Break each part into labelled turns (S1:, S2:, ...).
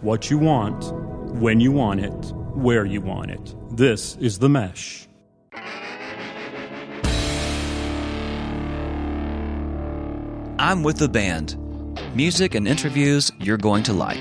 S1: what you want, when you want it, where you want it. This is The Mesh.
S2: I'm with the band. Music and interviews you're going to like.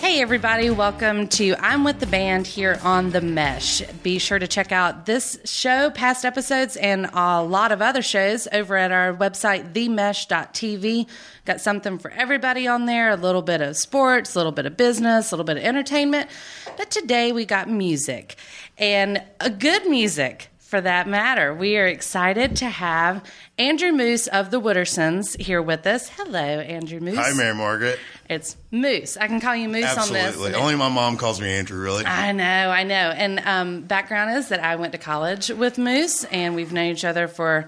S3: Hey, everybody, welcome to I'm with the band here on The Mesh. Be sure to check out this show, past episodes, and a lot of other shows over at our website, themesh.tv. Got something for everybody on there a little bit of sports, a little bit of business, a little bit of entertainment. But today we got music and a good music for that matter. We are excited to have Andrew Moose of the Woodersons here with us. Hello, Andrew Moose.
S4: Hi, Mary Margaret.
S3: It's Moose. I can call you Moose on
S4: Absolutely.
S3: this.
S4: Only my mom calls me Andrew, really.
S3: I know, I know. And um, background is that I went to college with Moose, and we've known each other for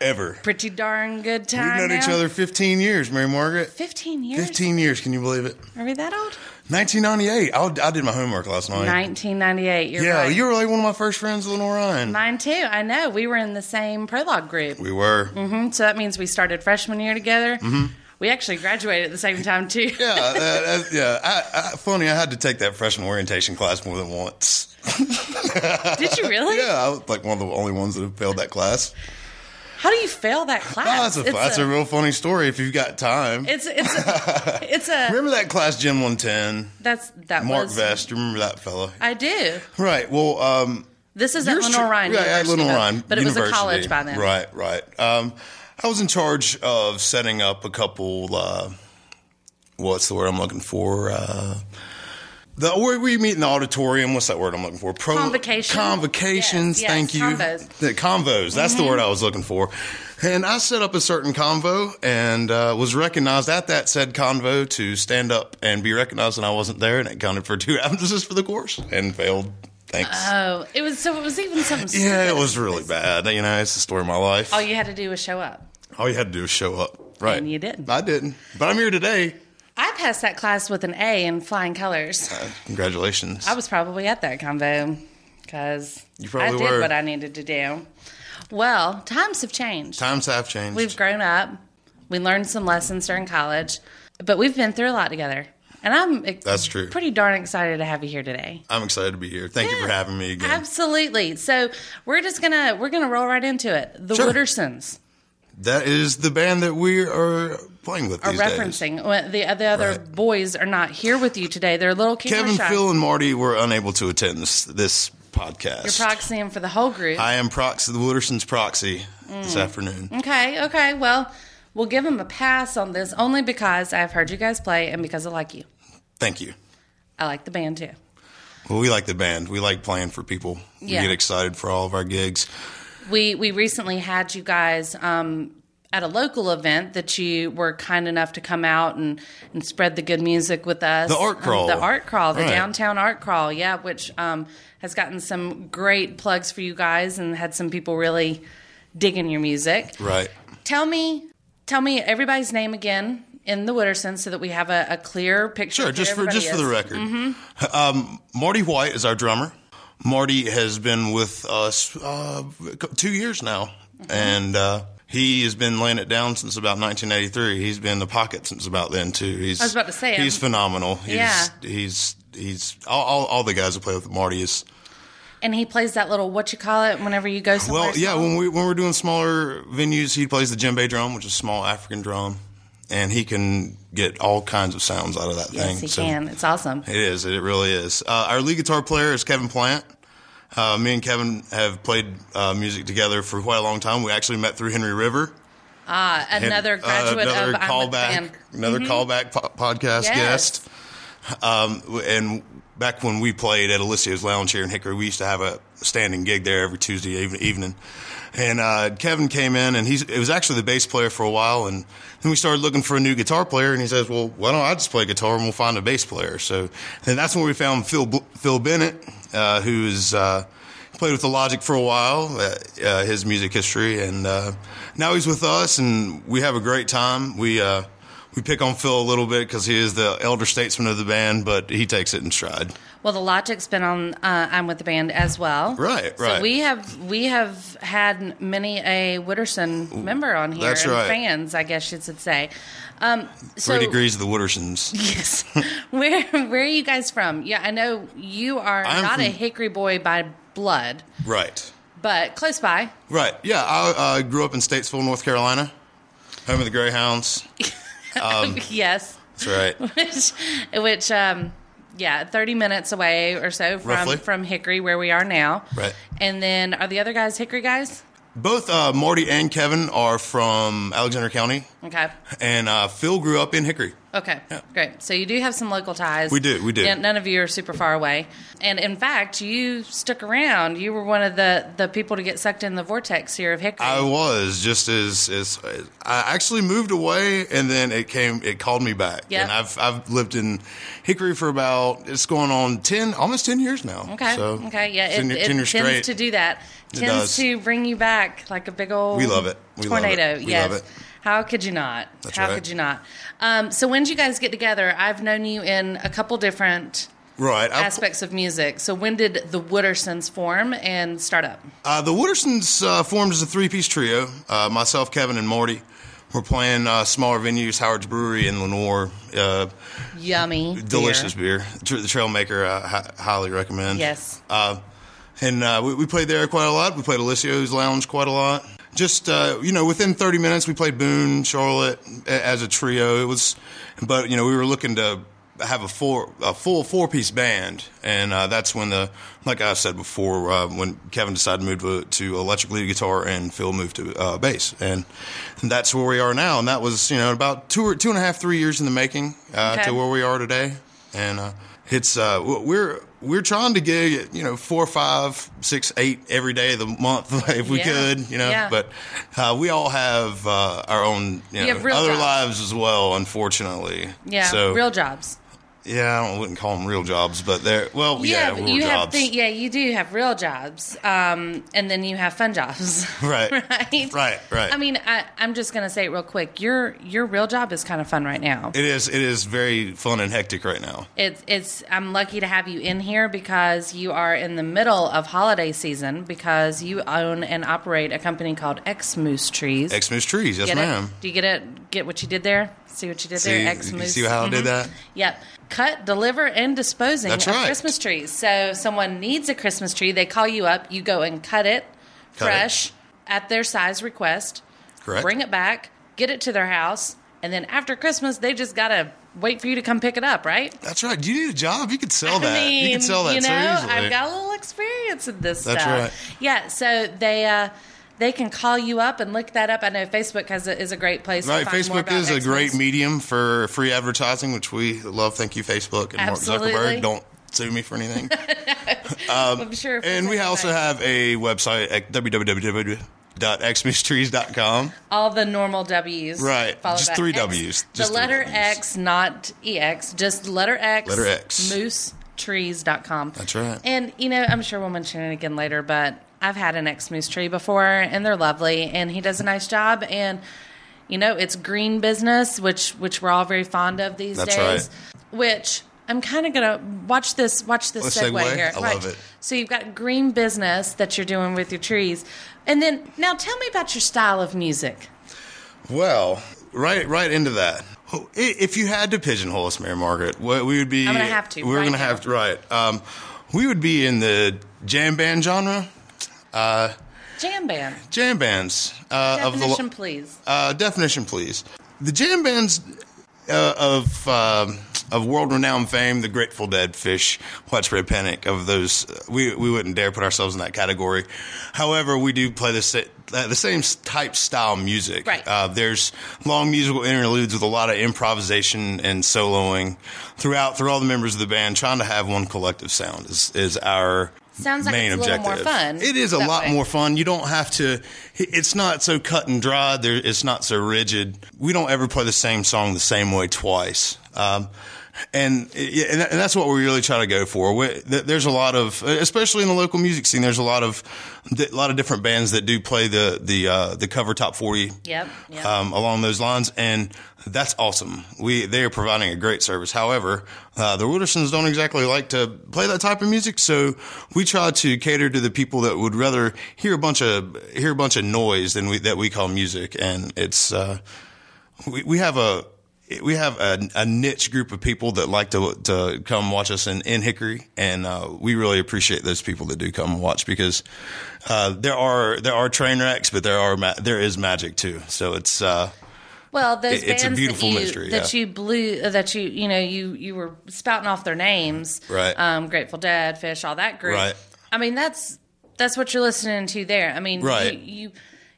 S4: Ever.
S3: pretty darn good
S4: We've
S3: time.
S4: known each
S3: now.
S4: other 15 years, Mary Margaret.
S3: Fifteen years.
S4: 15 years, can you believe it?
S3: Are we that old?
S4: 1998. I, I did my homework last night.
S3: Nineteen ninety-eight. You're
S4: yeah,
S3: right.
S4: you were like one of my first friends, Lenore Ryan.
S3: Mine too. I know. We were in the same prologue group,
S4: we were.
S3: Mhm, so that means we started freshman year together. Mm-hmm. We actually graduated at the same time too.
S4: Yeah, Uh, that, that- yeah. I, I, funny, I had to take that freshman orientation class more than once.
S3: Did you really?
S4: Yeah, I was like one of the only ones that have failed that class.
S3: How do you fail that class?
S4: Oh, that's a,
S3: It's
S4: that's a, real funny story if you've got time.
S3: It's it's a, it's a
S4: Remember that class, Jim 110?
S3: that's that
S4: Mark
S3: was
S4: Vest, you remember that fella?
S3: I do.
S4: Right. Well, um,
S3: This is
S4: Yours
S3: at
S4: tru-
S3: Lenore Ryan.
S4: Right, at
S3: University,
S4: Lenore
S3: but-
S4: Ryan.
S3: But it was a
S4: University.
S3: college by then.
S4: Right, right. Um, I was in charge of setting up a couple. Uh, what's the word I'm looking for? Uh, the or we meet in the auditorium. What's that word I'm looking for? Pro-
S3: Convocation. Yes,
S4: Convocations.
S3: yes,
S4: thank you.
S3: convos. Mm-hmm.
S4: The convos. That's the word I was looking for. And I set up a certain convo and uh, was recognized at that said convo to stand up and be recognized, and I wasn't there, and it counted for two absences for the course and failed. Thanks.
S3: Oh, it was so. It was even some.
S4: Yeah,
S3: stupid-
S4: it was really bad. You know, it's the story of my life.
S3: All you had to do was show up.
S4: All you had to do was show up. Right.
S3: Oh, And you didn't.
S4: I didn't. But I'm here today.
S3: I passed that class with an A in flying colors.
S4: Uh, congratulations.
S3: I was probably at that convo because
S4: You
S3: I
S4: probably
S3: did
S4: were.
S3: what I needed to do. Well, times have changed.
S4: Times have changed.
S3: We've grown up. We learned some lessons during college, but we've been through a lot together. And I'm ex-
S4: That's true.
S3: Pretty darn excited to have you here today.
S4: I'm excited to be here. Thank you for having me again.
S3: Absolutely. So we're just gonna we're gonna roll right into it. The
S4: Sure.
S3: Woodersons.
S4: that is the band that we are playing with
S3: are
S4: these days.
S3: referencing. Well, The, the other
S4: Right.
S3: boys are not here with you today. They're a little camera
S4: Kevin,
S3: shy.
S4: Phil, and Marty were unable to attend this, this podcast.
S3: You're proxying for the whole group.
S4: I am proxy, the Wooderson's proxy this
S3: Mm.
S4: afternoon.
S3: okay, okay. Well, we'll give them a pass on this only because I've heard you guys play and because I like you.
S4: Thank you.
S3: I like the band too.
S4: Well, we like the band. We like playing for people.
S3: Yeah.
S4: We get excited for all of our gigs.
S3: We we recently had you guys um, at a local event that you were kind enough to come out and, and spread the good music with us.
S4: The art
S3: Um,
S4: crawl.
S3: the art crawl, the
S4: Right.
S3: downtown art crawl, yeah, which um, has gotten some great plugs for you guys and had some people really digging your music.
S4: Right.
S3: Tell me, tell me everybody's name again in the Wooderson so that we have a, a clear picture.
S4: Sure,
S3: of who
S4: just for
S3: everybody Mm-hmm.
S4: just for the
S3: is.
S4: record, um, Marty White is our drummer. Marty has been with us uh, two years now,
S3: Mm-hmm.
S4: and uh, he has been laying it down since about 1983. He's been in the pocket since about then too. He's, I
S3: was about to say,
S4: he's
S3: I'm-
S4: phenomenal. He's,
S3: Yeah.
S4: he's he's all, all all the guys that play with Marty is
S3: And he plays that little what you call it whenever you go somewhere.
S4: well, yeah.
S3: small.
S4: When we when we're doing smaller venues, he plays the djembe drum, which is a small African drum, and he can get all kinds of sounds out of that thing.
S3: yes, he
S4: So-
S3: can. It's awesome.
S4: It is. It really is. Uh, our lead guitar player is Kevin Plant. Uh, me and Kevin have played uh, music together for quite a long time. We actually met through Henry River.
S3: Uh, another
S4: And, uh,
S3: graduate
S4: another
S3: of I'm with the
S4: callback,
S3: band.
S4: another callback po- podcast
S3: Yes.
S4: guest. Um, w- and back when we played at Alicia's Lounge here in Hickory, we used to have a standing gig there every Tuesday even- evening. And uh, Kevin came in, and he's it was actually the bass player for a while, and then we started looking for a new guitar player. And he says, "Well, why don't I just play guitar and we'll find a bass player?" So then that's when we found Phil Bl- Phil Bennett, uh, who is. Uh, Played with the Logic for a while, uh, uh, his music history, and uh, now he's with us, and we have a great time. We uh, we pick on Phil a little bit because he is the elder statesman of the band, but he takes it in stride.
S3: Well, the Logics been on uh, I'm with the band as well.
S4: Right,
S3: So
S4: right.
S3: we have we have had many a Witterson member on here
S4: that's
S3: and
S4: right.
S3: fans, I guess you should say. Um, so
S4: Three degrees of the Woodersons.
S3: Yes. where where are you guys from? Yeah, I know you are
S4: I'm
S3: not a
S4: from-
S3: Hickory boy by blood,
S4: right.
S3: but close by.
S4: Right. Yeah, I uh, grew up in Statesville, North Carolina, home of the Greyhounds. Um,
S3: yes.
S4: That's right.
S3: which, which um, yeah, 30 minutes away or so from,
S4: Roughly.
S3: from Hickory, where we are now.
S4: Right.
S3: And then are the other guys Hickory guys?
S4: Both uh, Marty and Kevin are from Alexander County,
S3: Okay.
S4: and uh, Phil grew up in Hickory.
S3: Okay. Great. So you do have some local ties.
S4: We do, we do.
S3: Yeah, none of you are super far away. And in fact, you stuck around. You were one of the, the people to get sucked in the vortex here of Hickory.
S4: I was just as, as I actually moved away, and then it came. It called me back,
S3: Yeah.
S4: and I've I've lived in Hickory for about it's going on ten almost ten years now.
S3: Okay.
S4: So
S3: okay. Yeah. It,
S4: ten,
S3: it
S4: ten years
S3: tends
S4: straight.
S3: to do that. tends
S4: does.
S3: to bring you back like a big old.
S4: We love it. We love it.
S3: tornado.
S4: We
S3: Yes.
S4: love it.
S3: How could you not?
S4: That's
S3: How
S4: right.
S3: could you not? Um, so when did you guys get together? I've known you in a couple different
S4: right. I-
S3: aspects of music. So when did the Woodersons form and start up?
S4: Uh, the Woodersons uh, formed as a three-piece trio. Uh, myself, Kevin, and Marty. We're playing uh, smaller venues, Howard's Brewery in Lenore. Uh,
S3: Yummy. beer.
S4: delicious beer. Tr- The Trailmaker, I hi- highly recommend.
S3: Yes.
S4: Uh, and uh, we, we played there quite a lot. We played Alessio's Lounge quite a lot. Just uh, you know, within 30 minutes, we played Boone, Charlotte a- as a trio. It was, but you know, we were looking to have a four a full four piece band, and uh, that's when the like I said before, uh, when Kevin decided to move to, to electric lead guitar and Phil moved to uh, bass, and, that's where we are now. And that was you know about two or two and a half three years in the making uh,
S3: Okay.
S4: to where we are today, and uh, it's uh, w- we're we're trying to gig you know four, five, six, eight every day of the month if we
S3: Yeah.
S4: could, you know.
S3: Yeah.
S4: But uh, we all have uh, our own you
S3: You
S4: know
S3: have real
S4: other
S3: jobs.
S4: lives as well, unfortunately.
S3: Yeah.
S4: So
S3: real jobs.
S4: yeah, I don't- wouldn't call them real jobs, but they're well, Oh, yeah,
S3: but
S4: real
S3: you have
S4: jobs.
S3: thi- yeah, you do have real jobs, um, and then you have fun jobs,
S4: Right.
S3: right,
S4: Right, right.
S3: I mean, I, I'm just gonna say it real quick. Your your real job is kind of fun right now.
S4: it is it is very fun and hectic right now.
S3: it's it's. I'm lucky to have you in here because you are in the middle of holiday season because you own and operate a company called X Moose Trees.
S4: X Moose Trees, yes,
S3: Get it?
S4: ma'am.
S3: Do you get it? Get what you did there? See what you did
S4: See,
S3: there? Mm-hmm. X
S4: you
S3: Moose.
S4: see how I did that?
S3: Yep. Cut, deliver, and disposing
S4: That's
S3: of
S4: right.
S3: Christmas trees. So someone needs a Christmas tree, they call you up, you go and cut it
S4: Cut it.
S3: fresh at their size request.
S4: Correct.
S3: Bring it back, get it to their house, and then after Christmas, they just gotta wait for you to come pick it up, right?
S4: That's right. Do you need a job? You could sell that.
S3: I mean,
S4: you could sell that
S3: you know,
S4: so easily.
S3: I've got a little experience in this
S4: That's
S3: stuff.
S4: right.
S3: Yeah, so they uh, they can call you up and look that up. I know Facebook has a, is a great place. to
S4: Right,
S3: find more
S4: Facebook
S3: about
S4: is a great
S3: Xmas.
S4: medium for free advertising, which we love. Thank you, Facebook and
S3: Absolutely.
S4: Mark Zuckerberg. Don't sue me for anything.
S3: I'm sure. if
S4: and we
S3: take
S4: also
S3: back
S4: have a website at www.xmistrees.com.
S3: all the normal W's.
S4: Right,
S3: followed
S4: just
S3: by
S4: three
S3: X.
S4: Ws,
S3: the
S4: just three
S3: letter
S4: Ws.
S3: X, not EX, just letter X.
S4: Letter X.
S3: Moose trees.com.
S4: That's right.
S3: And, you know, I'm sure we'll mention it again later, but I've had an X moose tree before and they're lovely and he does a nice job. And, you know, it's green business, which, which we're all very fond of these
S4: That's
S3: days. Which I'm kind of going to watch this, watch this
S4: Let's
S3: segue,
S4: segue.
S3: here.
S4: I
S3: Right.
S4: love it.
S3: So you've got green business that you're doing with your trees. And then now tell me about your style of music.
S4: Well, right, right into that. Oh, i- If you had to pigeonhole us, Mary Margaret, what we would be.
S3: I'm gonna have to,
S4: We're
S3: right
S4: gonna
S3: now.
S4: have to. Right. Um, we would be in the jam band genre. Uh,
S3: Jam band.
S4: Jam bands uh, of the
S3: Definition, please.
S4: Uh, definition, please. The jam bands uh, of um of world-renowned fame, the Grateful Dead, Fish, Widespread Panic. Of those, uh, we we wouldn't dare put ourselves in that category. However, we do play the sa- uh, the same s- type style music.
S3: Right.
S4: Uh, there's long musical interludes with a lot of improvisation and soloing throughout through all the members of the band, trying to have one collective sound is is our
S3: Sounds like
S4: main
S3: it's a little
S4: objective.
S3: more fun
S4: It is a
S3: that
S4: lot
S3: way.
S4: more fun. You don't have to. It's not so cut and dry. There, it's not so rigid. We don't ever play the same song the same way twice. Um, and yeah, and that- and that's what we really try to go for. We, th- there's a lot of, especially in the local music scene, there's a lot of a lot of different bands that do play the the uh, the cover top forty.
S3: Yep, yep.
S4: Um, along those lines, and that's awesome. We they are providing a great service. However, uh, the Wildersons don't exactly like to play that type of music, so we try to cater to the people that would rather hear a bunch of hear a bunch of noise than we that we call music, and it's. Uh, we, we have a we have a, a niche group of people that like to to come watch us in, in Hickory, and uh, we really appreciate those people that do come and watch because uh, there are there are train wrecks, but there are ma- there is magic too. So it's uh,
S3: Well, those
S4: It- it's a
S3: bands
S4: beautiful
S3: that you,
S4: mystery,
S3: that
S4: yeah.
S3: you blew, uh, that you you know you you were spouting off their names,
S4: Right.
S3: Um, Grateful Dead, Fish, all that group.
S4: Right.
S3: I mean, that's that's what you're listening to there. I mean,
S4: Right.
S3: You, you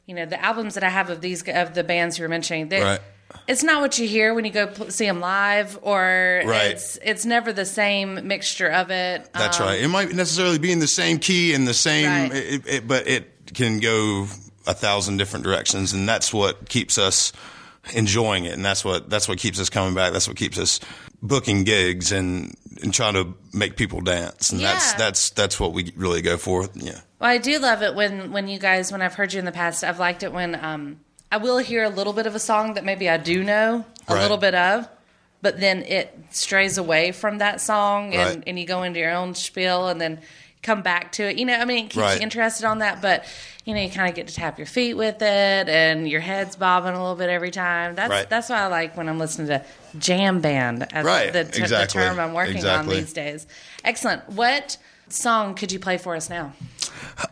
S3: you know the albums that I have of these of the bands you were mentioning. They,
S4: Right.
S3: It's not what you hear when you go pl- see them live, or
S4: Right.
S3: it's it's never the same mixture of it.
S4: that's
S3: Um,
S4: right. It might necessarily be in the same key and the same,
S3: Right.
S4: it, it, but it can go a thousand different directions, and that's what keeps us enjoying it, and that's what that's what keeps us coming back. That's what keeps us booking gigs and and trying to make people dance, and that's
S3: Yeah.
S4: that's that's what we really go for. Yeah,
S3: Well, I do love it when when you guys when I've heard you in the past, I've liked it when um I will hear a little bit of a song that maybe I do know a
S4: Right.
S3: little bit of, but then it strays away from that song and,
S4: Right.
S3: and you go into your own spiel and then come back to it. You know, I mean it keeps
S4: Right.
S3: you interested on that, but you know, you kinda get to tap your feet with it and your head's bobbing a little bit every time. That's
S4: Right.
S3: that's what I like when I'm listening to jam band as
S4: Right,
S3: the, ter-
S4: exactly,
S3: the term I'm working
S4: exactly.
S3: on these days. Excellent. What song could you play for us now?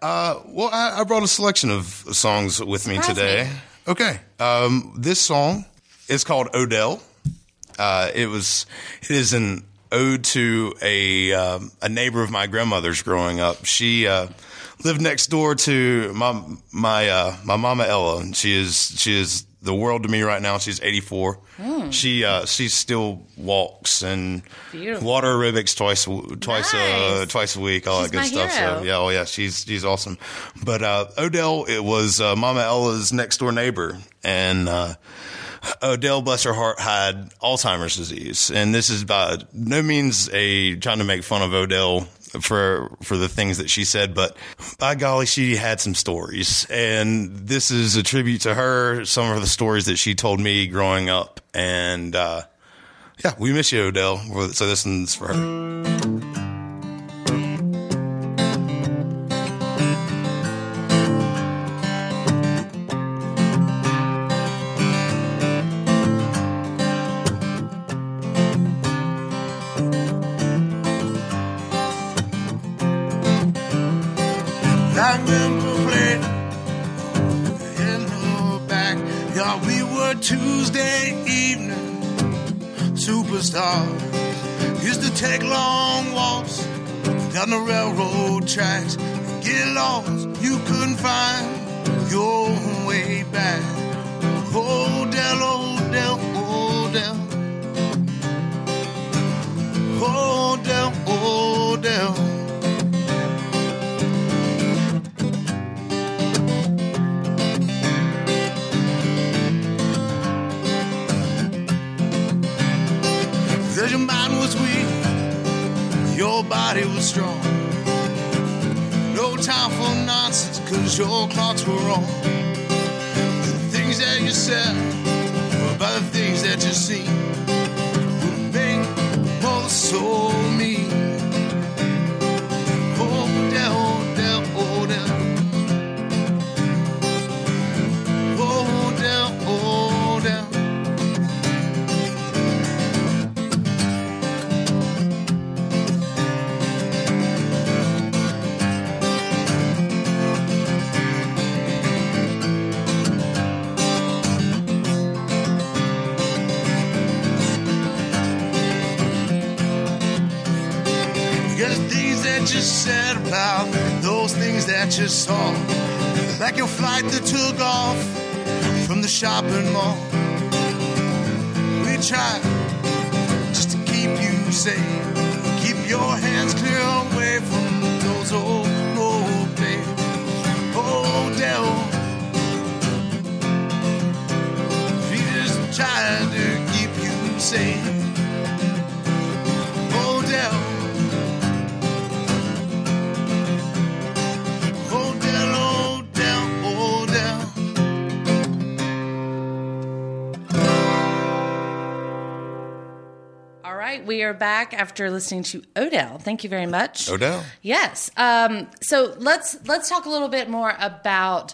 S4: Uh, Well, I, I brought a selection of songs with me
S3: Surprise
S4: today.
S3: me.
S4: Okay, um, this song is called Odell. Uh, it was it is an ode to a um, a neighbor of my grandmother's growing up. She uh, lived next door to my my uh, my mama Ella, and she is she is the world to me right now. She's eighty four.
S3: Hmm.
S4: She uh, she still walks and
S3: Beautiful.
S4: water aerobics twice w- twice uh,
S3: Nice.
S4: twice a week. All
S3: She's
S4: that good
S3: my
S4: stuff.
S3: hero.
S4: So yeah, oh yeah, she's she's awesome. But uh, Odell, it was uh, Mama Ella's next door neighbor, and uh, Odell, bless her heart, had Alzheimer's disease, and this is by no means a trying to make fun of Odell for for the things that she said, but by golly, she had some stories, and this is a tribute to her. Some of the stories that she told me growing up, and uh, yeah, we miss you, Odell. So this one's for her.
S5: I remember playing in the back. Yeah, we were Tuesday evening superstars. Used to take long walks down the railroad tracks and get lost. You couldn't find your way back. Odell, Odell, Odell. Odell, Odell. Cause your mind was weak, your body was strong. No time for nonsense, cause your clocks were wrong. The things that you said were about the things that you see. Would make
S4: Oh,
S5: both so mean. Oh, Odell, Odell, Odell. Oh, Odell, Odell. Because things that you said about those things that you saw, like your flight that took off from the shopping mall. We tried just to keep you safe, keep your hands clear away from those old road days. Oh, devil. We just tried to keep you safe. Oh, Oh,
S3: right, we are back after listening to Odell. Thank you very much.
S4: Odell.
S3: Yes. Um, so let's let's talk a little bit more about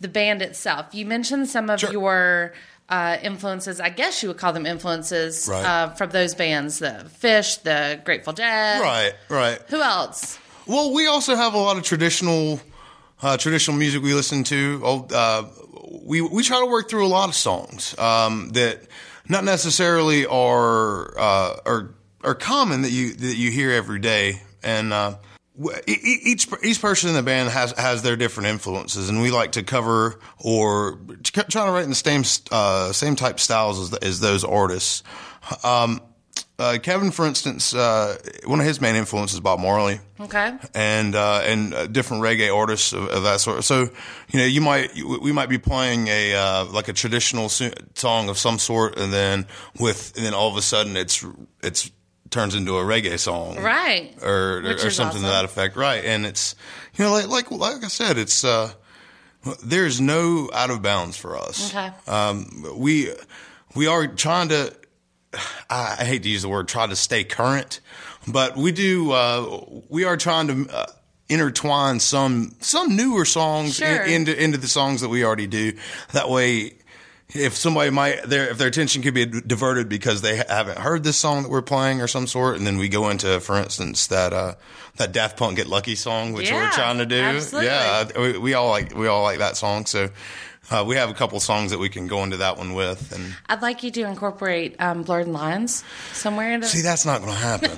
S3: the band itself. You mentioned some of
S4: Sure.
S3: your uh, influences. I guess you would call them influences
S4: Right.
S3: uh, from those bands: the Fish, the Grateful Dead.
S4: Right, right.
S3: Who else?
S4: Well, we also have a lot of traditional uh, traditional music we listen to. Oh, Uh, we we try to work through a lot of songs um, that not necessarily are uh, are are common that you that you hear every day, and uh, w- e- e- each each person in the band has has their different influences, and we like to cover or try to write in the same uh, same type styles as, as those artists. Um, uh, Kevin, for instance, uh, one of his main influences is Bob Marley
S3: Okay.
S4: and uh, and uh, different reggae artists of, of that sort. So you know, you might you- we might be playing a uh, like a traditional su- song of some sort, and then with and then all of a sudden it's it's turns into a reggae song,
S3: Right.
S4: Or or,
S3: Which
S4: or
S3: is
S4: something to
S3: awesome.
S4: that effect, right? And it's you know like like like I said, it's. Uh, there's no out of bounds for us.
S3: Okay.
S4: Um, we we are trying to. I I hate to use the word try to stay current, but we do. Uh, we are trying to uh, intertwine some some newer songs in-
S3: Sure.
S4: into into the songs that we already do. That way. If somebody might their if their attention could be diverted because they haven't heard this song that we're playing or some sort, and then we go into, for instance, that uh, that Daft Punk "Get Lucky" song, which
S3: Yeah,
S4: we're trying to do.
S3: absolutely.
S4: Yeah, we, we all like we all like that song. So uh, we have a couple songs that we can go into that one with. And
S3: I'd like you to incorporate um, blurred lines somewhere. In
S4: see, that's not going to happen.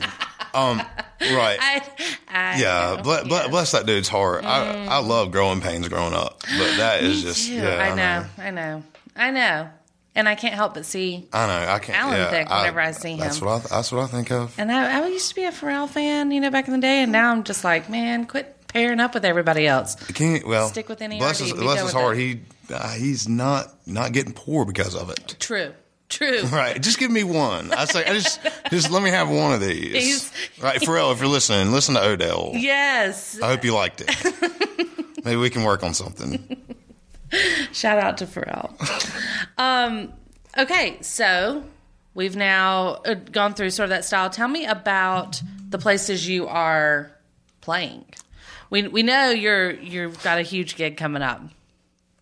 S4: um, right.
S3: I, I
S4: yeah,
S3: know.
S4: ble- ble-
S3: Yeah. Mm.
S4: bless that dude's heart. I, I love growing pains growing up, but that is
S3: Me
S4: just
S3: too.
S4: yeah.
S3: I, know, I know, I know, and I can't help but see.
S4: I know. I can't.
S3: Alan
S4: yeah,
S3: Thicke whenever I see
S4: that's
S3: him.
S4: what I, th- that's what I think of.
S3: And I, I used to be a Pharrell fan, you know, back in the day, and now I'm just like, man, quit pairing up with everybody else.
S4: Can't, well,
S3: Stick with E any
S4: bless
S3: RD,
S4: his,
S3: be
S4: bless
S3: done
S4: his
S3: with
S4: heart.
S3: it.
S4: He uh, he's not not getting poor because of it.
S3: True, true.
S4: Right. Just give me one. I say, I just, just let me have one of these.
S3: He's-
S4: right, Pharrell, if you're listening, listen to Odell.
S3: Yes.
S4: I hope you liked it. Maybe we can work on something.
S3: Shout out to Pharrell. um, okay, so we've now uh, gone through sort of that style. Tell me about the places you are playing. We we know you're you've got a huge gig coming up,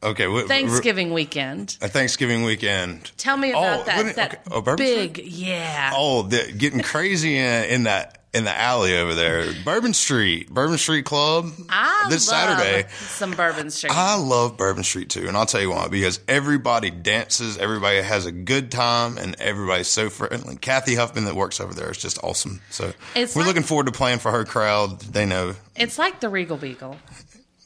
S4: Okay. we-
S3: Thanksgiving weekend.
S4: A Thanksgiving weekend.
S3: Tell me about
S4: Oh,
S3: that.
S4: wouldn't-
S3: That
S4: okay, oh, Bourbon Street?
S3: big, yeah.
S4: Oh, the, getting crazy in, in that in the alley over there, Bourbon Street, Bourbon Street Club.
S3: I
S4: Oh, this
S3: love
S4: Saturday.
S3: some Bourbon Street.
S4: I love Bourbon Street too, and I'll tell you why. Because everybody dances, everybody has a good time, and everybody's so friendly. Kathy Huffman that works over there is just awesome. So
S3: It's
S4: we're
S3: like-
S4: looking forward to playing for her crowd. They know,
S3: it's like the Regal Beagle.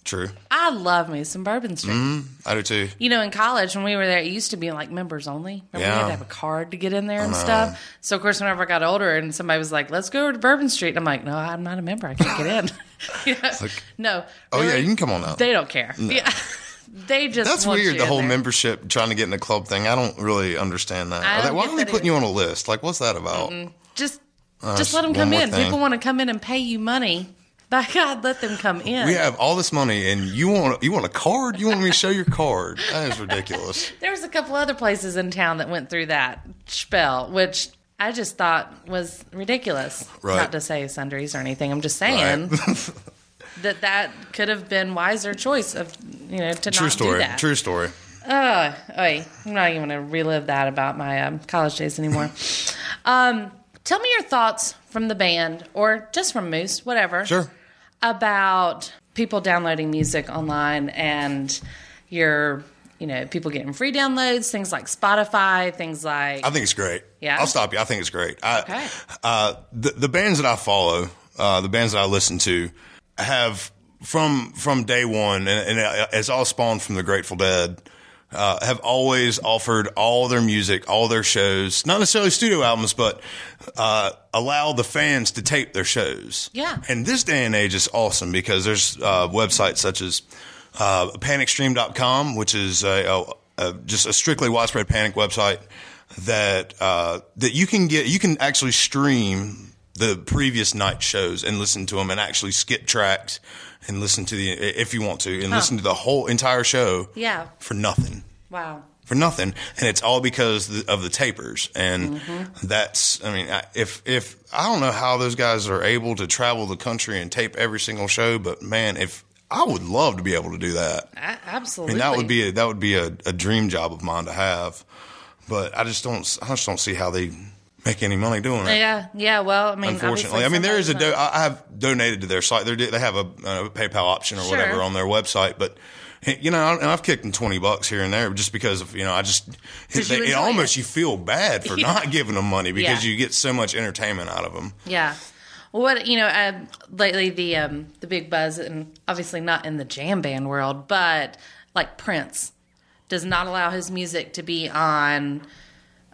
S4: true.
S3: I love me some Bourbon Street.
S4: Mm-hmm. I do too.
S3: You know, in college when we were there, it used to be like members only. Remember, you had
S4: Yeah. Uh-huh.
S3: to have a card to get in there and stuff. So, of course, whenever I got older and somebody was like, "Let's go over to Bourbon Street," I'm like, "No, I'm not a member. I can't get in." You know? no.
S4: Oh yeah,
S3: really,
S4: you can come on out.
S3: They don't care. Yeah, they just.
S4: That's
S3: want
S4: weird.
S3: you
S4: The
S3: in
S4: whole
S3: there.
S4: membership trying to get in a club thing. I don't really understand that.
S3: I
S4: Are they-
S3: don't
S4: why
S3: get
S4: are they
S3: that Mm-hmm.
S4: putting you on a list? Like, what's that about?
S3: Just, just let them
S4: Oh, one
S3: come
S4: more
S3: in.
S4: thing.
S3: People want to come in and pay you money. By God, let them come in.
S4: We have all this money, and you want you want a card? You want me to show your card? That is ridiculous.
S3: There was a couple other places in town that went through that spell, which I just thought was ridiculous.
S4: Right.
S3: Not to say sundries or anything. I'm just saying that that could have been wiser choice of you know to
S4: True
S3: not do
S4: story.
S3: that.
S4: True story.
S3: Oh, oy, I'm not even gonna relive that about my um, college days anymore. um, tell me your thoughts from the band or just from Moose, whatever
S4: Sure.
S3: about people downloading music online and your you know people getting free downloads things like spotify things like
S4: I think it's great.
S3: Yeah?
S4: I'll stop you. I think it's great. I,
S3: Okay.
S4: Uh, the, the bands that I follow, uh, the bands that I listen to, have from from day one, and, and it's all spawned from the Grateful Dead. Uh, have always offered all their music, all their shows, not necessarily studio albums, but uh, allow the fans to tape their shows.
S3: Yeah.
S4: And this day and age is awesome because there's uh, websites such as uh, panicstream.com, which is a, a, a, just a strictly widespread panic website that uh, that you can get you can actually stream the previous night shows and listen to them and actually skip tracks and listen to the if you want to and listen to the whole entire show
S3: Yeah.
S4: for nothing
S3: wow
S4: for nothing, and it's all because th- of the tapers. And that's, I mean, I- if if I don't know how those guys are able to travel the country and tape every single show, but man, if I would love to be able to do that.
S3: A-
S4: I
S3: absolutely.
S4: mean, that would be a, that would be a, a dream job of mine to have, but I just don't I just don't see how they make any money doing it.
S3: Yeah, yeah. Well, I mean, obviously
S4: Unfortunately, I mean there is a
S3: sometimes,
S4: do- I I have donated to their site. They they have a, uh PayPal option or
S3: Sure.
S4: whatever on their website, but you know, and I've kicked them twenty bucks here and there just because of you know I just it,
S3: 'Cause you
S4: it
S3: enjoy
S4: almost
S3: it.
S4: you feel bad for not giving them money because
S3: Yeah.
S4: you get so much entertainment out of them.
S3: Yeah. Well, What you know, um, lately the um, the big buzz, and obviously not in the jam band world, but like Prince does not allow his music to be on,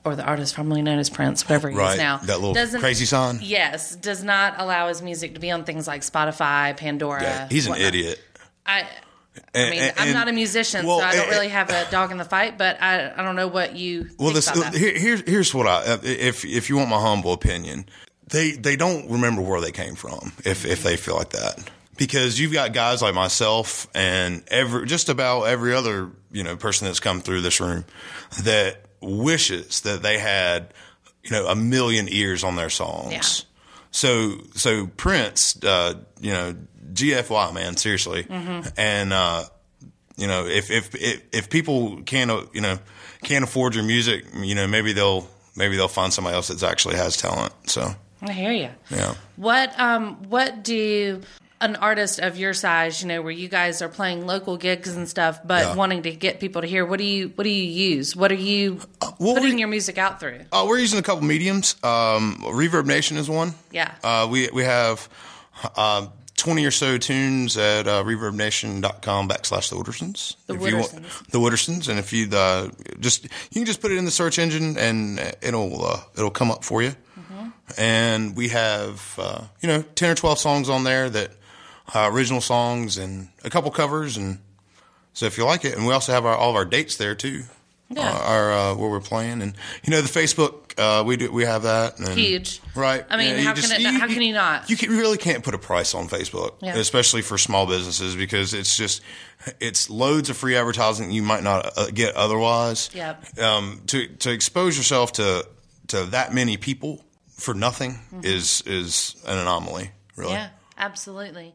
S3: or the artist formerly known as Prince, whatever he
S4: Right,
S3: is now,
S4: that little crazy sign.
S3: Yes, does not allow his music to be on things like Spotify, Pandora.
S4: Yeah, he's an
S3: whatnot.
S4: idiot.
S3: I. I
S4: And-
S3: mean,
S4: and-
S3: I'm
S4: and-
S3: not a musician,
S4: well,
S3: so I don't
S4: and-
S3: really have a dog in the fight. But I, I don't know what you.
S4: Well,
S3: think
S4: this, uh,
S3: about that.
S4: here, here's here's what I uh, if if you want my humble opinion, they they don't remember where they came from if if they feel like that because you've got guys like myself and every just about every other you know person that's come through this room that wishes that they had you know a million ears on their songs.
S3: Yeah.
S4: So so Prince, uh, you know, GFY man, seriously,
S3: Mm-hmm.
S4: and uh, you know, if if if, if people can't uh, you know can't afford your music, you know, maybe they'll maybe they'll find somebody else that actually has talent. So
S3: I hear you.
S4: yeah.
S3: What um what do an artist of your size, you know, where you guys are playing local gigs and stuff, but
S4: Yeah.
S3: wanting to get people to hear, what do you what do you use? What are you
S4: what
S3: putting
S4: we-
S3: your music out through?
S4: Uh, we're using a couple mediums. Um, Reverb Nation is one.
S3: Yeah.
S4: Uh, we we have uh, twenty or so tunes at uh, reverbnation.com backslash the Woodersons.
S3: The
S4: If you want-
S3: Woodersons.
S4: the Woodersons, and if you uh, just you can just put it in the search engine and it'll uh, it'll come up for you.
S3: Mm-hmm.
S4: And we have uh, you know ten or twelve songs on there that uh, original songs and a couple covers and. So if you like it, and we also have our, all of our dates there too.
S3: Yeah.
S4: Uh, our uh, where we're playing, and you know the Facebook uh, we do we have that and,
S3: Huge.
S4: Mm. right?
S3: I mean,
S4: Yeah, you
S3: how can it not- how can you not?
S4: You, can, you really can't put a price on Facebook,
S3: Yeah.
S4: especially for small businesses, because it's just it's loads of free advertising you might not uh, get otherwise.
S3: Yep.
S4: Um, to to expose yourself to to that many people for nothing is is an anomaly, really.
S3: Mm-hmm. Yeah, absolutely.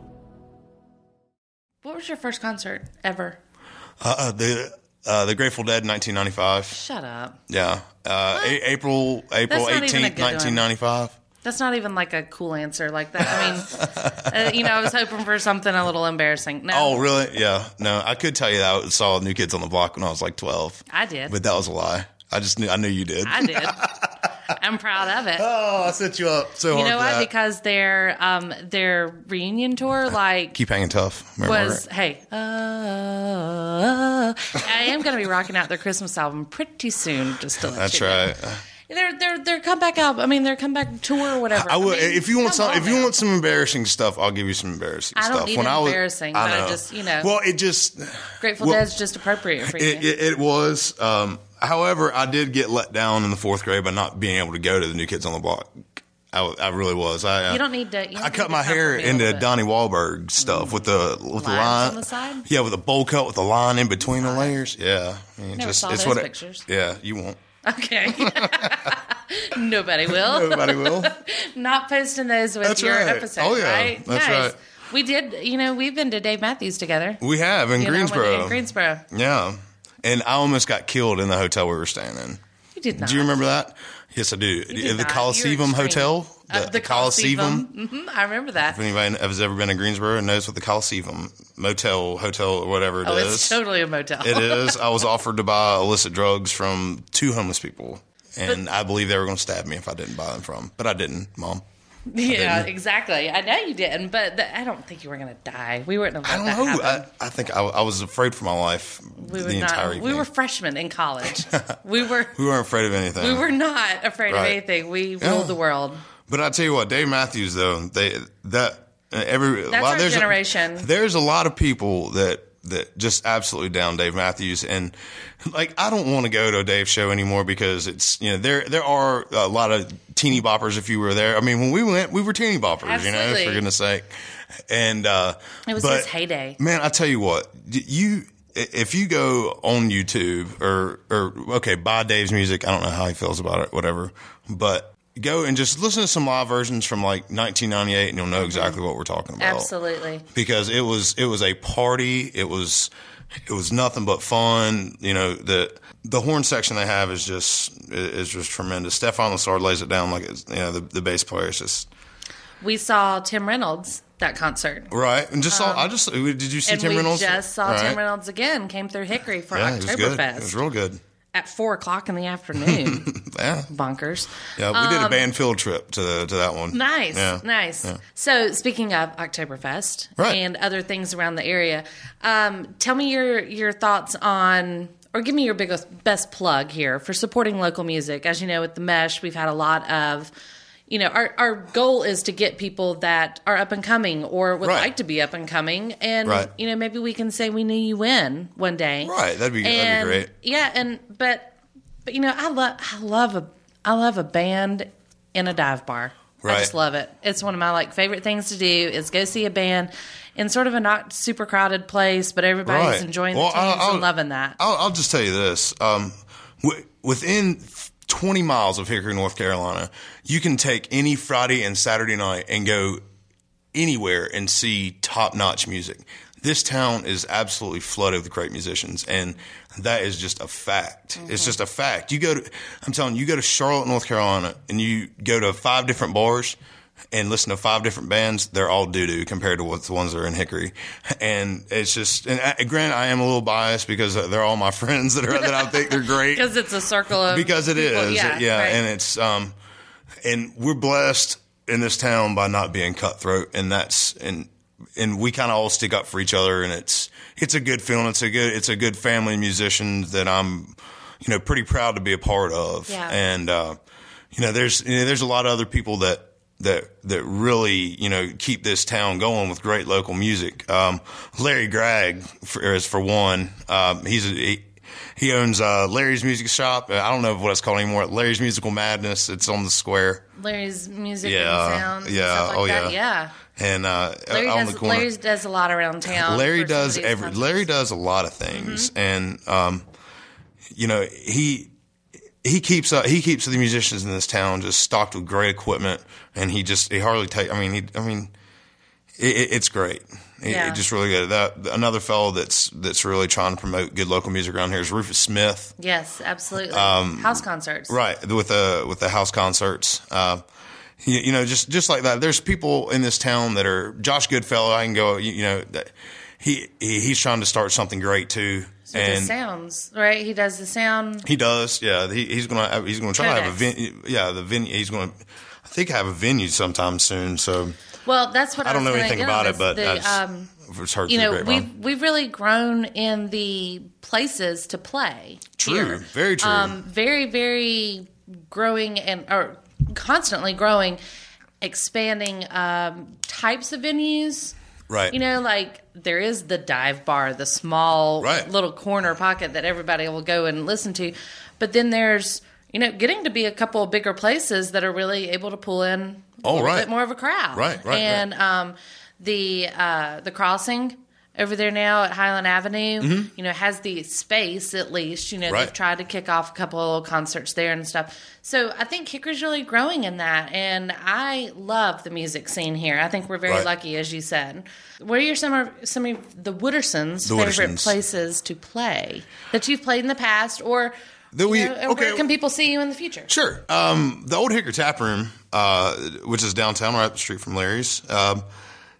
S3: What was your first concert ever?
S4: Uh, uh, the uh, the Grateful Dead, nineteen ninety five.
S3: Shut up.
S4: Yeah. Uh, a- April April
S3: That's not even a
S4: eighteenth,
S3: good one.
S4: nineteen ninety five.
S3: That's not even like a cool answer like that. I mean, uh, you know, I was hoping for something a little embarrassing. No,
S4: Oh, really? Yeah. No, I could tell you that I saw New Kids on the Block when I was like twelve,
S3: I did.
S4: but that was a lie. I just knew I knew you did.
S3: I did. I'm proud of it.
S4: oh, I set you up so
S3: you
S4: hard.
S3: know
S4: for
S3: why?
S4: that.
S3: Because their um their reunion tour, like
S4: keep hanging tough. Mary
S3: was
S4: Margaret.
S3: hey uh, I am going to be rocking out their Christmas album pretty soon. Just to let
S4: That's
S3: you know.
S4: right.
S3: Their their their comeback album. I mean their comeback tour, or whatever.
S4: I will.
S3: mean,
S4: if you want
S3: come
S4: some,
S3: on
S4: if you
S3: now.
S4: want some embarrassing stuff, I'll give you some embarrassing
S3: I don't
S4: stuff.
S3: need embarrassing, but I just, you know.
S4: Well, it just
S3: Grateful
S4: well,
S3: Dead's just appropriate for you.
S4: It, it, it was. Um, however, I did get let down in the fourth grade by not being able to go to the New Kids on the Block. I, I really was. I, uh,
S3: You don't need to- you don't
S4: I
S3: need
S4: cut
S3: to
S4: my hair
S3: compliment me a
S4: into
S3: little bit. Mm-hmm.
S4: Donnie Wahlberg stuff with the with the line
S3: Lines on the side?
S4: Yeah, with a bowl cut with a line in between the layers. Yeah, I mean,
S3: Never saw those
S4: it-
S3: pictures.
S4: yeah, you won't.
S3: okay. Nobody will.
S4: Nobody will.
S3: Not posting those with
S4: That's
S3: your
S4: right.
S3: episode.
S4: Oh, yeah.
S3: Right?
S4: That's
S3: Guys,
S4: right.
S3: We did. You know, we've been to Dave Matthews together.
S4: We have in
S3: you know, when-
S4: Greensboro.
S3: in Greensboro.
S4: Yeah, and I almost got killed in the hotel we were staying in.
S3: You did not.
S4: Do you remember that? Yes, I do.
S3: You did
S4: the
S3: not. You were
S4: Coliseum
S3: extreme.
S4: Hotel.
S3: Uh, the, Coliseum. hmm I remember that.
S4: If anybody has ever been to Greensboro and knows what the Coliseum Motel, Hotel, or whatever it is,
S3: Oh, it's totally a motel.
S4: it is. I was offered to buy illicit drugs from two homeless people, and I believe they were going to stab me if I didn't buy them from, but I didn't, Mom.
S3: Yeah, exactly. I know you didn't, but the, I don't think you were going to die. We weren't.
S4: I don't know. I, I think I, I was afraid for my life
S3: we
S4: the
S3: were
S4: entire
S3: not.
S4: evening.
S3: We were freshmen in college. we were.
S4: we weren't afraid of anything.
S3: We were not afraid of
S4: Right.
S3: anything. We ruled
S4: Yeah. Oh.
S3: the world.
S4: But I tell you what, Dave Matthews though, they that uh, every
S3: That's our
S4: there's
S3: generation.
S4: A, there's a lot of people that that just absolutely down Dave Matthews and like I don't want to go to a Dave show anymore because it's you know there there are a lot of teeny boppers if you were there. I mean when we went we were teeny boppers, you know,
S3: Absolutely.
S4: for goodness sake. And uh
S3: It was
S4: but-
S3: his heyday.
S4: Man, I tell you what, d- you if you go on YouTube or or okay, buy Dave's music. I don't know how he feels about it, whatever. But go and just listen to some live versions from like 1998, and you'll
S3: Mm-hmm.
S4: know exactly what we're talking about.
S3: Absolutely.
S4: because it was it was a party. It was it was nothing but fun. You know the the horn section they have is just i- is just tremendous. Stefan Lassard lays it down like it's, you know the, the bass player is just
S3: We saw Tim Reynolds that concert.
S4: right. And just saw I just did you see
S3: Uh-huh. and
S4: Tim
S3: we
S4: Reynolds?
S3: just saw
S4: Right.
S3: Tim Reynolds again. Came through Hickory for
S4: Yeah, it was good. It was
S3: Oktoberfest
S4: real good.
S3: at four o'clock in the afternoon.
S4: Yeah,
S3: Bonkers.
S4: yeah. We did a band field trip to the, to that one.
S3: Um, Nice,
S4: Yeah.
S3: nice. So, speaking of Oktoberfest
S4: Right.
S3: and other things around the area, um, tell me your your thoughts on, or give me your biggest best plug here for supporting local music. As you know, with the Mesh, we've had a lot of, you know, our our goal is to get people that are up and coming or would
S4: Right.
S3: like to be up and coming, and
S4: Right.
S3: you know, maybe we can say we knew you in one day.
S4: Right, that'd be- that'd be
S3: And-
S4: great.
S3: Yeah, and but but you know, I love I love a I love a band in a dive bar. I just
S4: Right.
S3: love it. It's one of my like favorite things to do is go see a band in sort of a not super crowded place, but everybody's
S4: Right.
S3: enjoying
S4: Well,
S3: the tunes
S4: I'll- I'll-
S3: and loving that.
S4: I'll, I'll just tell you this: um, w- within 20 miles of Hickory, North Carolina, you can take any Friday and Saturday night and go anywhere and see top-notch music. This town is absolutely flooded with great musicians, and that is just a fact. It's just a fact. You go to, I'm telling you, you go to Charlotte, North Carolina, and you go to five different bars and listen to five different bands, they're all doo doo compared to what's the ones that are in Hickory. And it's just, and I, granted, I am a little biased because they're all my friends that are that I think they're great
S3: Because it's a circle of
S4: because it is,
S3: people.
S4: yeah,
S3: right.
S4: and it's um, and we're blessed in this town by not being cutthroat, and that's and and we kind of all stick up for each other, and it's it's a good feeling. It's a good it's a good family of musicians that I'm, you know, pretty proud to be a part of,
S3: Yeah.
S4: and uh, you know, there's you know, there's a lot of other people that. That, that really you know keep this town going with great local music. Um, Larry Gregg for, is for one. Um, he's a, he, he owns uh, Larry's Music Shop. I don't know what it's called anymore. Larry's Musical Madness. It's on the square
S3: Larry's music
S4: Yeah,
S3: and sound. and
S4: yeah,
S3: stuff like
S4: oh,
S3: that.
S4: yeah. and uh,
S3: Larry
S4: on
S3: does,
S4: the corner.
S3: Larry's does a lot around town.
S4: Larry
S3: for some of
S4: does
S3: these
S4: every.
S3: concerts. Mm-hmm.
S4: Larry does a lot of things, and um, you know he he keeps uh, he keeps the musicians in this town just stocked with great equipment, and he just he hardly take. I mean, he I mean, it, it, it's great. It, it
S3: Yeah.
S4: just really good. That another fellow that's that's really trying to promote good local music around here is Rufus Smith.
S3: Yes, absolutely. House concerts.
S4: um, right with the with the house concerts uh, you, you know just just like that there's people in this town that are josh goodfellow i can go you, you know that he, he he's trying to start something great too
S3: With the sounds, right? He does the sound.
S4: he does. Yeah, he, he's gonna uh, he's gonna try to have a
S3: Codex.
S4: venue. Yeah, the venue. He's gonna. I think have a venue sometime soon. So
S3: Well, that's what I,
S4: I don't
S3: was
S4: know
S3: gonna
S4: anything
S3: get
S4: about
S3: on,
S4: it,
S3: is
S4: but
S3: the,
S4: I just,
S3: um,
S4: it's hard
S3: you
S4: to
S3: know
S4: agree
S3: we've we've really grown in the places to play
S4: True,
S3: here.
S4: very true.
S3: um, very very growing and or constantly growing expanding um, types of venues
S4: right.
S3: you know like there is the dive bar the small
S4: Right.
S3: little corner pocket that everybody will go and listen to but then there's you know getting to be a couple of bigger places that are really able to pull in a
S4: Oh,
S3: little
S4: right.
S3: bit more of a crowd
S4: Right, right, right.
S3: and um, the uh, the crossing over there now at Highland Avenue, you know, has the space at least. You know,
S4: Mm-hmm. Right.
S3: they've tried to kick off a couple of concerts there and stuff. So I think Hickory's really growing in that, and I love the music scene here. I think we're very
S4: Right.
S3: lucky, as you said. What are your some of some of the Woodersons'
S4: The
S3: favorite
S4: Woodersons.
S3: places to play that you've played in the past, or
S4: That
S3: you
S4: we-
S3: know, and where
S4: okay.
S3: can people see you in the future?
S4: Sure. Um, the old Hickory Tap Room, uh, which is downtown, right up the street from Larry's, um,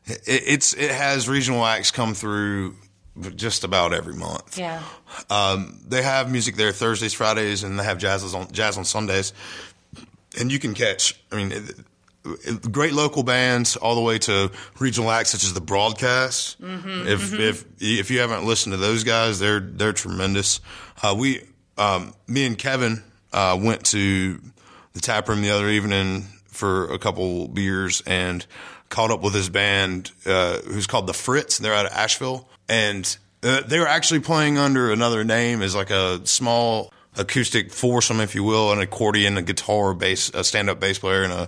S4: it, it's it has regional acts come through just about every month.
S3: Yeah,
S4: Um, they have music there Thursdays, Fridays, and they have jazz on jazz on Sundays. And you can catch. I mean, it- great local bands all the way to regional acts such as the Broadcast. if if if you haven't listened to those guys, they're they're tremendous. Uh, we um, me and Kevin uh, went to the tap room the other evening for a couple beers and caught up with this band uh, who's called the Fritz. They're out of Asheville and uh, they were actually playing under another name as like a small acoustic foursome, if you will, an accordion, a guitar, a bass, a stand-up bass player, and a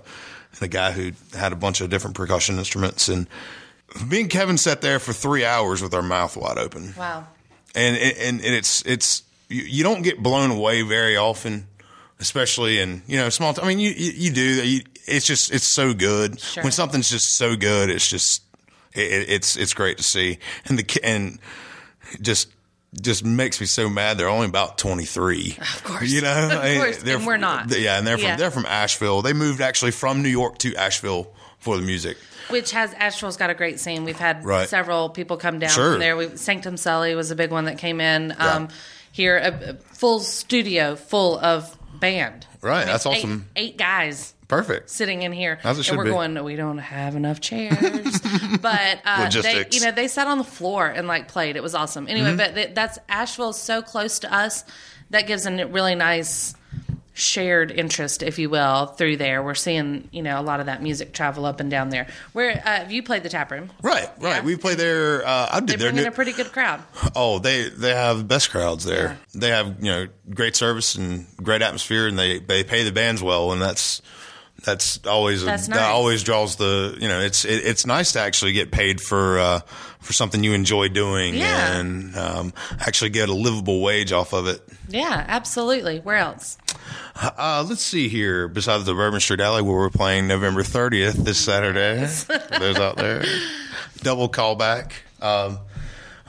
S4: and a guy who had a bunch of different percussion instruments. And me and Kevin sat there for three hours with our mouth wide open
S3: Wow.
S4: and and, and it's it's you, you don't get blown away very often, especially in you know small. T- I mean, you you, you do. You, it's just it's so good
S3: Sure.
S4: when something's just so good. It's just it, it- it's it's great to see, and the ki- and just. Just makes me so mad. They're only about twenty three. Of
S3: course.
S4: you know.
S3: Of
S4: I-
S3: course, and
S4: from-
S3: we're not.
S4: Yeah, and they're from
S3: Yeah.
S4: they're from Asheville. They moved actually from New York to Asheville for the music.
S3: Which has Asheville's got a great scene. We've had
S4: Right.
S3: several people come down
S4: Sure.
S3: from there. We, Sanctum Sully was a big one that came in um, here. A, a full studio full of band.
S4: Right,
S3: I mean,
S4: that's
S3: eight-
S4: awesome.
S3: Eight guys
S4: Perfect.
S3: sitting in here,
S4: As it should
S3: and we're
S4: be.
S3: going. We don't have enough chairs, but uh, they,
S4: Logistics. Mm-hmm.
S3: you know, they sat on the floor and like played. It was awesome. Anyway, but th- that's Asheville's so close to us. That gives a n- really nice shared interest, if you will, through there. We're seeing you know a lot of that music travel up and down there. Where uh, have you played the tap room?
S4: Right, right.
S3: Yeah.
S4: We play there. Uh, I did
S3: They
S4: their
S3: bring in
S4: new-
S3: a pretty good crowd.
S4: Oh, they they have the best crowds there. They have you know great service and great atmosphere, and they they pay the bands well, and that's that's always a-
S3: That's
S4: that
S3: nice.
S4: always draws the you know it's it, it's nice to actually get paid for uh, for something you enjoy doing
S3: Yeah.
S4: and um, actually get a livable wage off of it.
S3: Yeah, absolutely. Where else?
S4: Uh, let's see here. Besides the Bourbon Street Alley, where we're playing November 30th this Saturday, for those out there, double callback. Um,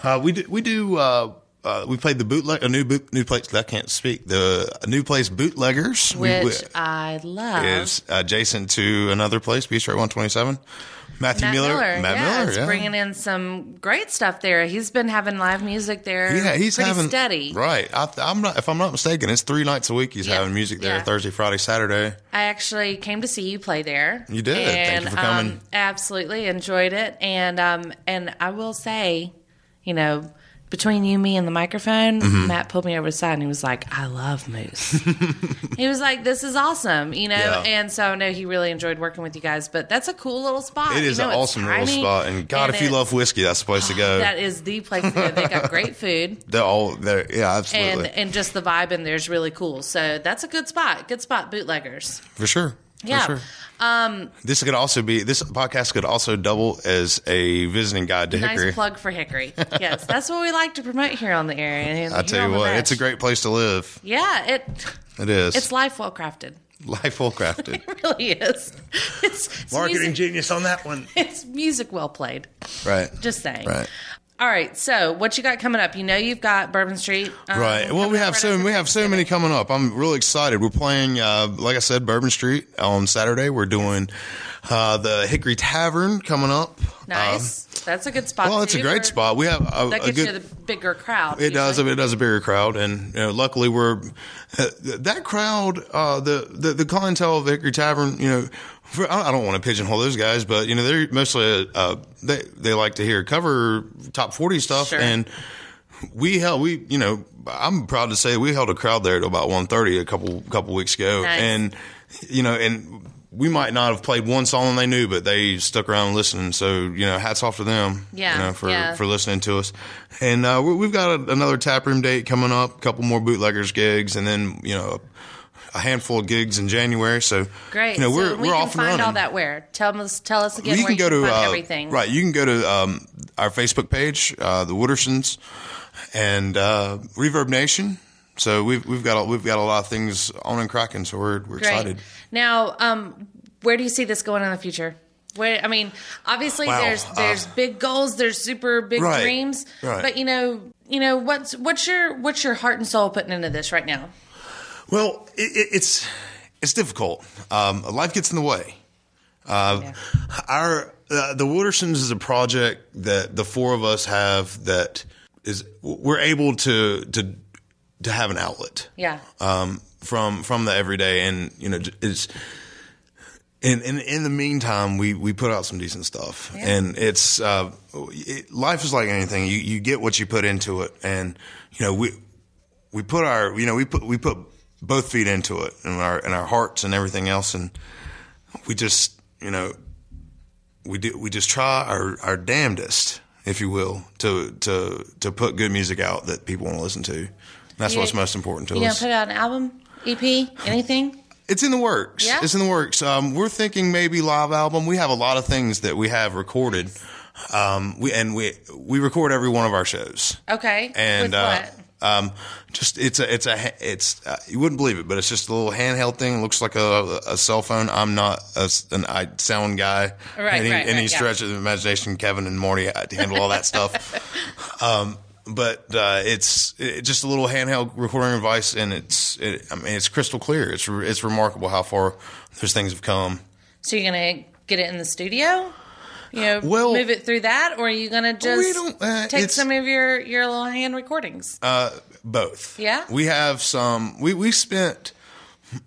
S4: uh, we do, we do uh, uh, we played the bootleg a new boot, new place I can't speak the a new place bootleggers we-
S3: Which uh-huh.
S4: we-
S3: I love.
S4: is adjacent to another place Beach Street 127. Matthew
S3: Matt
S4: Miller,
S3: Miller,
S4: Matt
S3: yeah,
S4: Miller,
S3: is
S4: yeah.
S3: bringing in some great stuff there. He's been having live music there.
S4: Yeah, he's
S3: pretty
S4: having
S3: steady.
S4: Right, I, I'm not. If I'm not mistaken, it's three nights a week. He's
S3: Yeah,
S4: having music there
S3: yeah.
S4: Thursday, Friday, Saturday.
S3: I actually came to see you play there.
S4: You did. Thank you
S3: And,
S4: for coming.
S3: Um, absolutely enjoyed it, and um, and I will say, you know. Between you, me, and the microphone,
S4: Mm-hmm.
S3: Matt pulled me over to the side and he was like, I love Moose. he was like, This is awesome, you know?
S4: Yeah.
S3: And so I know he really enjoyed working with you guys, but that's a cool little spot.
S4: It is
S3: you know,
S4: an
S3: it's
S4: awesome little
S3: tiny,
S4: spot, and God,
S3: and
S4: if you
S3: it's-
S4: love whiskey, that's the place to go.
S3: That is the place to go. They got great food.
S4: They're all there. Yeah,
S3: and
S4: absolutely,
S3: and just the vibe in there is really cool. So that's a good spot. Good spot, bootleggers.
S4: for sure.
S3: Yeah. Um,
S4: For sure. This could also be this podcast could also double as a visiting guide to Hickory.
S3: Nice plug for Hickory. Yes, that's what we like to promote here on the area.
S4: I tell you what, it's a great place to live.
S3: Yeah, it
S4: It is.
S3: it's life well crafted.
S4: life well crafted.
S3: It really is. It's, it's
S5: Marketing
S3: Music,
S5: genius on that one.
S3: it's music well played.
S4: right.
S3: Just saying.
S4: Right.
S3: All right. So what you got coming up? You know you've got Bourbon Street. um,
S4: Right. Well,
S3: coming
S4: we
S3: up
S4: have
S3: right
S4: so
S3: after
S4: we have so many coming up. I'm really excited. We're playing, uh, like I said, Bourbon Street on Saturday. We're doing uh, the Hickory Tavern coming up.
S3: Nice. that's a good spot.
S4: Uh, well, it's a
S3: too for-
S4: great spot. We have a,
S3: That
S4: a
S3: gets
S4: good.
S3: you the bigger crowd.
S4: It does.
S3: usually.
S4: It does a bigger crowd, and you know, luckily we're that crowd. Uh, the, the the clientele of Hickory Tavern, you know, for, I I don't want to pigeonhole those guys, but you know, they're mostly uh, they they like to hear cover top forty stuff,
S3: Sure.
S4: and we held we you know I'm proud to say we held a crowd there at about one thirty a couple couple weeks ago,
S3: Nice.
S4: and you know and. We might not have played one song they knew, but they stuck around and listened. So you know, hats off to them.
S3: Yeah,
S4: you know, for
S3: yeah.
S4: for listening to us. And uh, we- we've got a, another tap room date coming up, a couple more bootleggers gigs, and then you know a handful of gigs in January. So
S3: Great.
S4: you know we're
S3: so we
S4: we're
S3: can
S4: off and
S3: find
S4: running.
S3: all that where. Tell us, tell us again.
S4: you
S3: where
S4: can go
S3: you
S4: to
S3: can find
S4: uh,
S3: everything.
S4: right. You can go to um, our Facebook page, uh, the Woodersons, and uh, Reverb Nation. So we've we've got a, we've got a lot of things on and cracking. So we're we're
S3: Great.
S4: excited.
S3: Now, um, where do you see this going in the future? Where I mean, obviously
S4: Wow,
S3: there's
S4: uh,
S3: there's big goals, there's super big
S4: Right,
S3: dreams,
S4: right.
S3: but you know, you know what's what's your what's your heart and soul putting into this right now?
S4: Well, it, it, it's it's difficult. Um, life gets in the way. Uh,
S3: Yeah.
S4: Our uh, the Woodersons is a project that the four of us have that is we're able to to to have an outlet
S3: Yeah.
S4: um, from from the everyday, and you know j- it's and, and in the meantime, we, we put out some decent stuff,
S3: Yeah.
S4: and it's uh, it, life is like anything. You you get what you put into it, and you know we we put our you know we put we put both feet into it, and our and our hearts and everything else, and we just you know we do we just try our our damnedest, if you will, to to to put good music out that people want to listen to. That's
S3: You-
S4: what's most important to
S3: You gonna
S4: us.
S3: put out an album, EP, anything?
S4: It's in the works.
S3: Yeah?
S4: It's in the works. Um, we're thinking maybe live album. We have a lot of things that we have recorded. Um, we and we we record every one of our shows.
S3: Okay. With
S4: And uh,
S3: what?
S4: um, just it's a it's a ha- it's uh, you wouldn't believe it, but it's just a little handheld thing. It looks like a, a cell phone. I'm not a s- an I sound guy.
S3: Right,
S4: Any,
S3: right,
S4: any
S3: right, yeah.
S4: stretch of the imagination, Kevin and Morty uh, handle all that stuff. Um, but uh, it's it, just a little handheld recording device, and it's it, I mean it's crystal clear. It's re- it's remarkable how far those things have come.
S3: So you're gonna get it in the studio? You know,
S4: Well-
S3: move it through that, or are you gonna just
S4: don't, uh,
S3: take
S4: it's- Uh,
S3: some of your your little hand recordings?
S4: both.
S3: Yeah?
S4: We have some, we, we spent,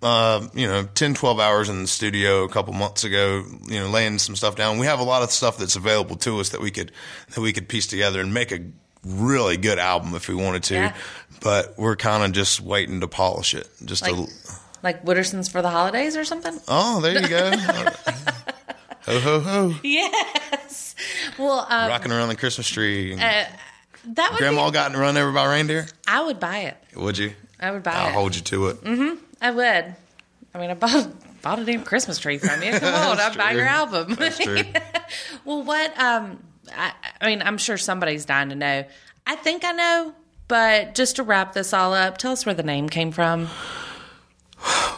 S4: uh, you know, 10, 12 hours in the studio a couple months ago, you know, laying some stuff down. We have a lot of stuff that's available to us that we could, that we could piece together and make a really good album if we wanted to.
S3: Yeah.
S4: But we're kind of just waiting to polish it. Just
S3: like,
S4: a,
S3: like Wooderson's for the holidays or something?
S4: oh, there you go. ho, ho, ho.
S3: Yes. Well, um,
S4: Rocking around the Christmas tree.
S3: Uh,
S4: and
S3: that would
S4: Grandma
S3: be.
S4: got run over by reindeer.
S3: I would buy it.
S4: Would you?
S3: I would buy
S4: I'll
S3: it.
S4: hold you to it.
S3: I would. I mean, I bought bought a damn Christmas tree from you. Come on, I'll
S4: That's
S3: buy
S4: true.
S3: your album.
S4: That's true.
S3: well, what? Um, I, I mean, I'm sure somebody's dying to know. I think I know, but just to wrap this all up, tell us where the name came from.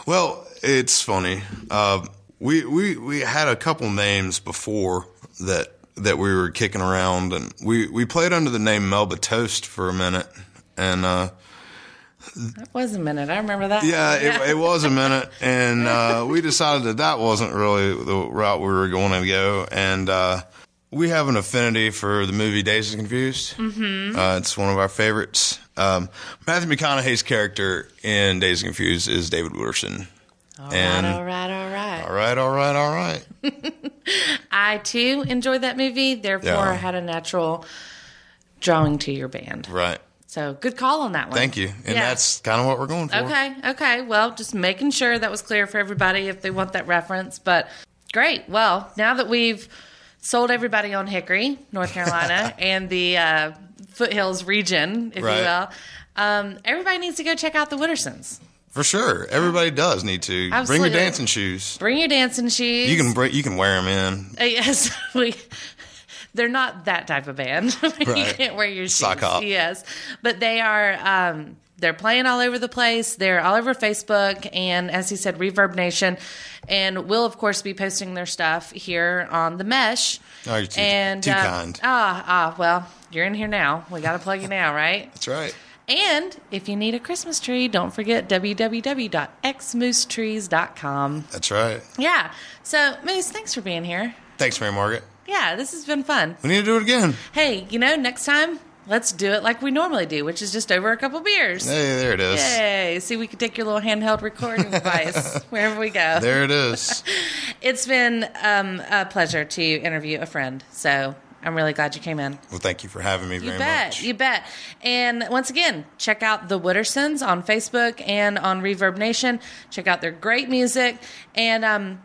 S4: Well, it's funny. Uh, we, we we had a couple names before that that we were kicking around, and we, we played under the name Melba Toast for a minute, and uh,
S3: That was a minute. I remember that.
S4: yeah, it, it was a minute, and uh, we decided that that wasn't really the route we were going to go, and uh, we have an affinity for the movie Days and Confused. Mm-hmm. Uh, it's one of our favorites. Um, Matthew McConaughey's character in Days and Confused is David Wooderson.
S3: All right,
S4: and-
S3: all right, all right.
S4: All right, all right, all right.
S3: I too enjoyed that movie. Therefore,
S4: Yeah.
S3: I had a natural drawing to your band.
S4: Right.
S3: So good call on that one.
S4: Thank you. And
S3: Yeah.
S4: that's kind of what we're going for.
S3: Okay, okay. Well, just making sure that was clear for everybody if they want that reference. But great. Well, now that we've sold everybody on Hickory, North Carolina, and the uh, foothills region, if you
S4: Right.
S3: will, um, everybody needs to go check out the Woodersons.
S4: For sure. Everybody does need to
S3: Absolutely.
S4: bring your dancing shoes.
S3: Bring your dancing shoes.
S4: You can break, you can wear them in.
S3: Uh, Yes, we. They're not that type of band. you
S4: Right.
S3: can't wear your shoes.
S4: Sock up.
S3: Yes, but they are. Um, they're playing all over the place. They're all over Facebook, and as he said, Reverb Nation, and we'll of course be posting their stuff here on the Mesh.
S4: Oh, you're too-
S3: and
S4: too
S3: uh,
S4: kind.
S3: Ah, ah. Well, you're in here now. We got to plug you now, right?
S4: That's right.
S3: And if you need a Christmas tree, don't forget www.xmoosetrees.com.
S4: That's right.
S3: Yeah. So, Moose, thanks for being here.
S4: Thanks, Mary Margaret.
S3: Yeah, this has been fun.
S4: We need to do it again.
S3: Hey, you know, next time, let's do it like we normally do, which is just over a couple beers.
S4: Hey, there it is.
S3: Hey, see, we could take your little handheld recording device wherever we go.
S4: There it is.
S3: It's been um, a pleasure to interview a friend. So I'm really glad you came in.
S4: well, thank you for having me
S3: You
S4: very
S3: bet.
S4: much.
S3: You bet. And once again, check out the Woodersons on Facebook and on Reverb Nation. Check out their great music. And um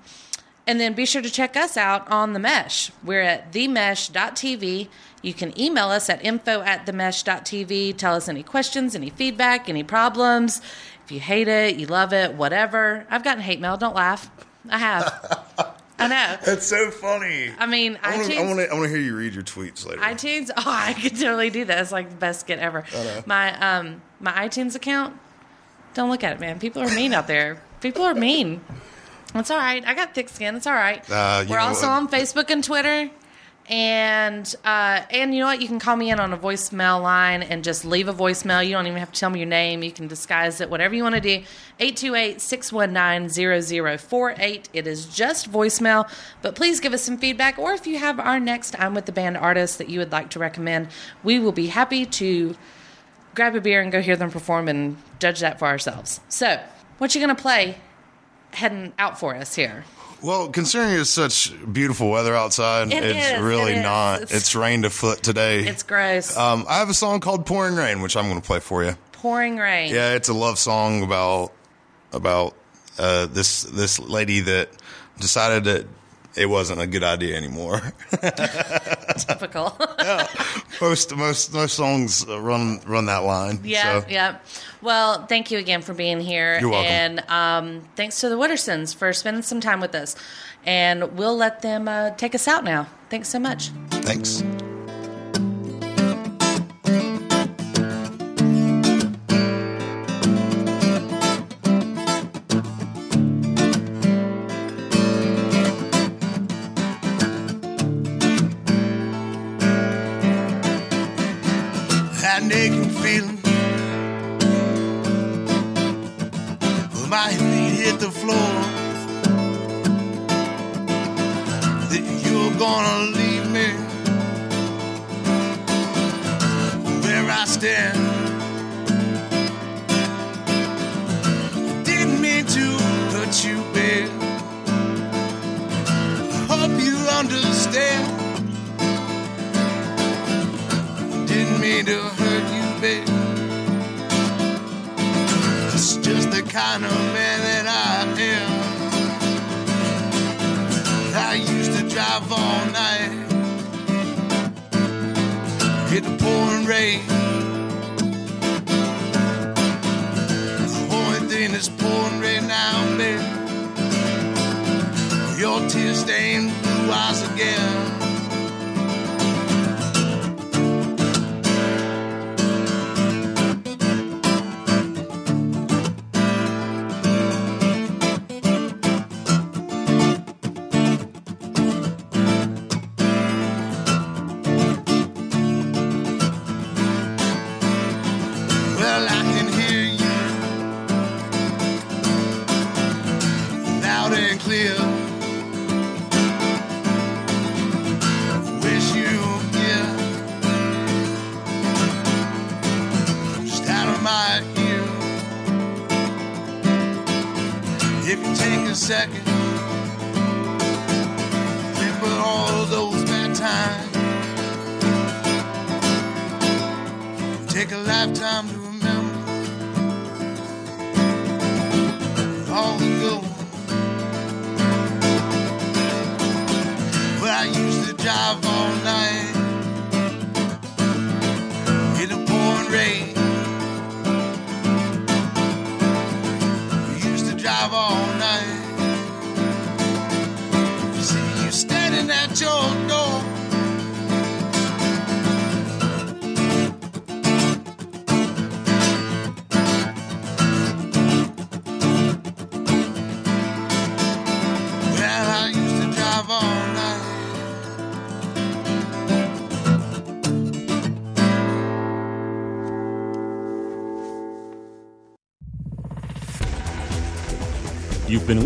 S3: and then be sure to check us out on The Mesh. We're at themesh.tv. You can email us at info at themesh.tv. Tell us any questions, any feedback, any problems. If you hate it, you love it, whatever. I've gotten hate mail. Don't laugh. I have. I know.
S4: That's so funny.
S3: I mean,
S4: I want
S3: iTunes-
S4: to I want to hear you read your tweets later.
S3: iTunes. Oh, I could totally do that. It's like the best get ever. My um my iTunes account. Don't look at it, man. People are mean out there. People are mean. It's all right. I got thick skin. It's all right.
S4: Uh, you
S3: We're
S4: know
S3: also
S4: what?
S3: on Facebook and Twitter. And uh, and you know what? You can call me in on a voicemail line and just leave a voicemail. You don't even have to tell me your name. You can disguise it, whatever you want to do. 828 619 0048. It is just voicemail, but please give us some feedback. Or if you have our next I'm with the band artist that you would like to recommend, we will be happy to grab a beer and go hear them perform and judge that for ourselves. So, what you going to play heading out for us here?
S4: Well, considering it's such beautiful weather outside,
S3: It
S4: it's
S3: is,
S4: really
S3: it is.
S4: not.
S3: It's-
S4: It's, rained a foot today.
S3: It's gross.
S4: Um, I have a song called "Pouring Rain," which I'm going to play for you.
S3: Pouring rain.
S4: Yeah, it's a love song about about uh, this this lady that decided that it wasn't a good idea anymore.
S3: Typical.
S4: most most most songs uh, run run that line.
S3: yeah.
S4: so.
S3: Yeah. Well, thank you again for being here.
S4: You're welcome.
S3: And um, thanks to the Woodersons for spending some time with us. And we'll let them uh, take us out now. Thanks so much.
S4: Thanks.
S5: that naked feeling. When my feet hit the floor, that you're gonna leave me where I stand. Didn't mean to hurt you, babe. Hope you understand. Didn't mean to hurt you, babe. It's just the kind of man that I am. I used to drive all night. Hit the pouring rain. The only thing that's pouring rain now, babe. Your tears stained blue eyes again. Well, I can hear you loud and clear. Wish you were here, just out of my ear. If you take a second, remember all those bad times. take a lifetime to remember long ago when I used to drive all night in the pouring rain. We used to drive all night. See you standing at your door. Well, I used to drive all night.
S1: You've been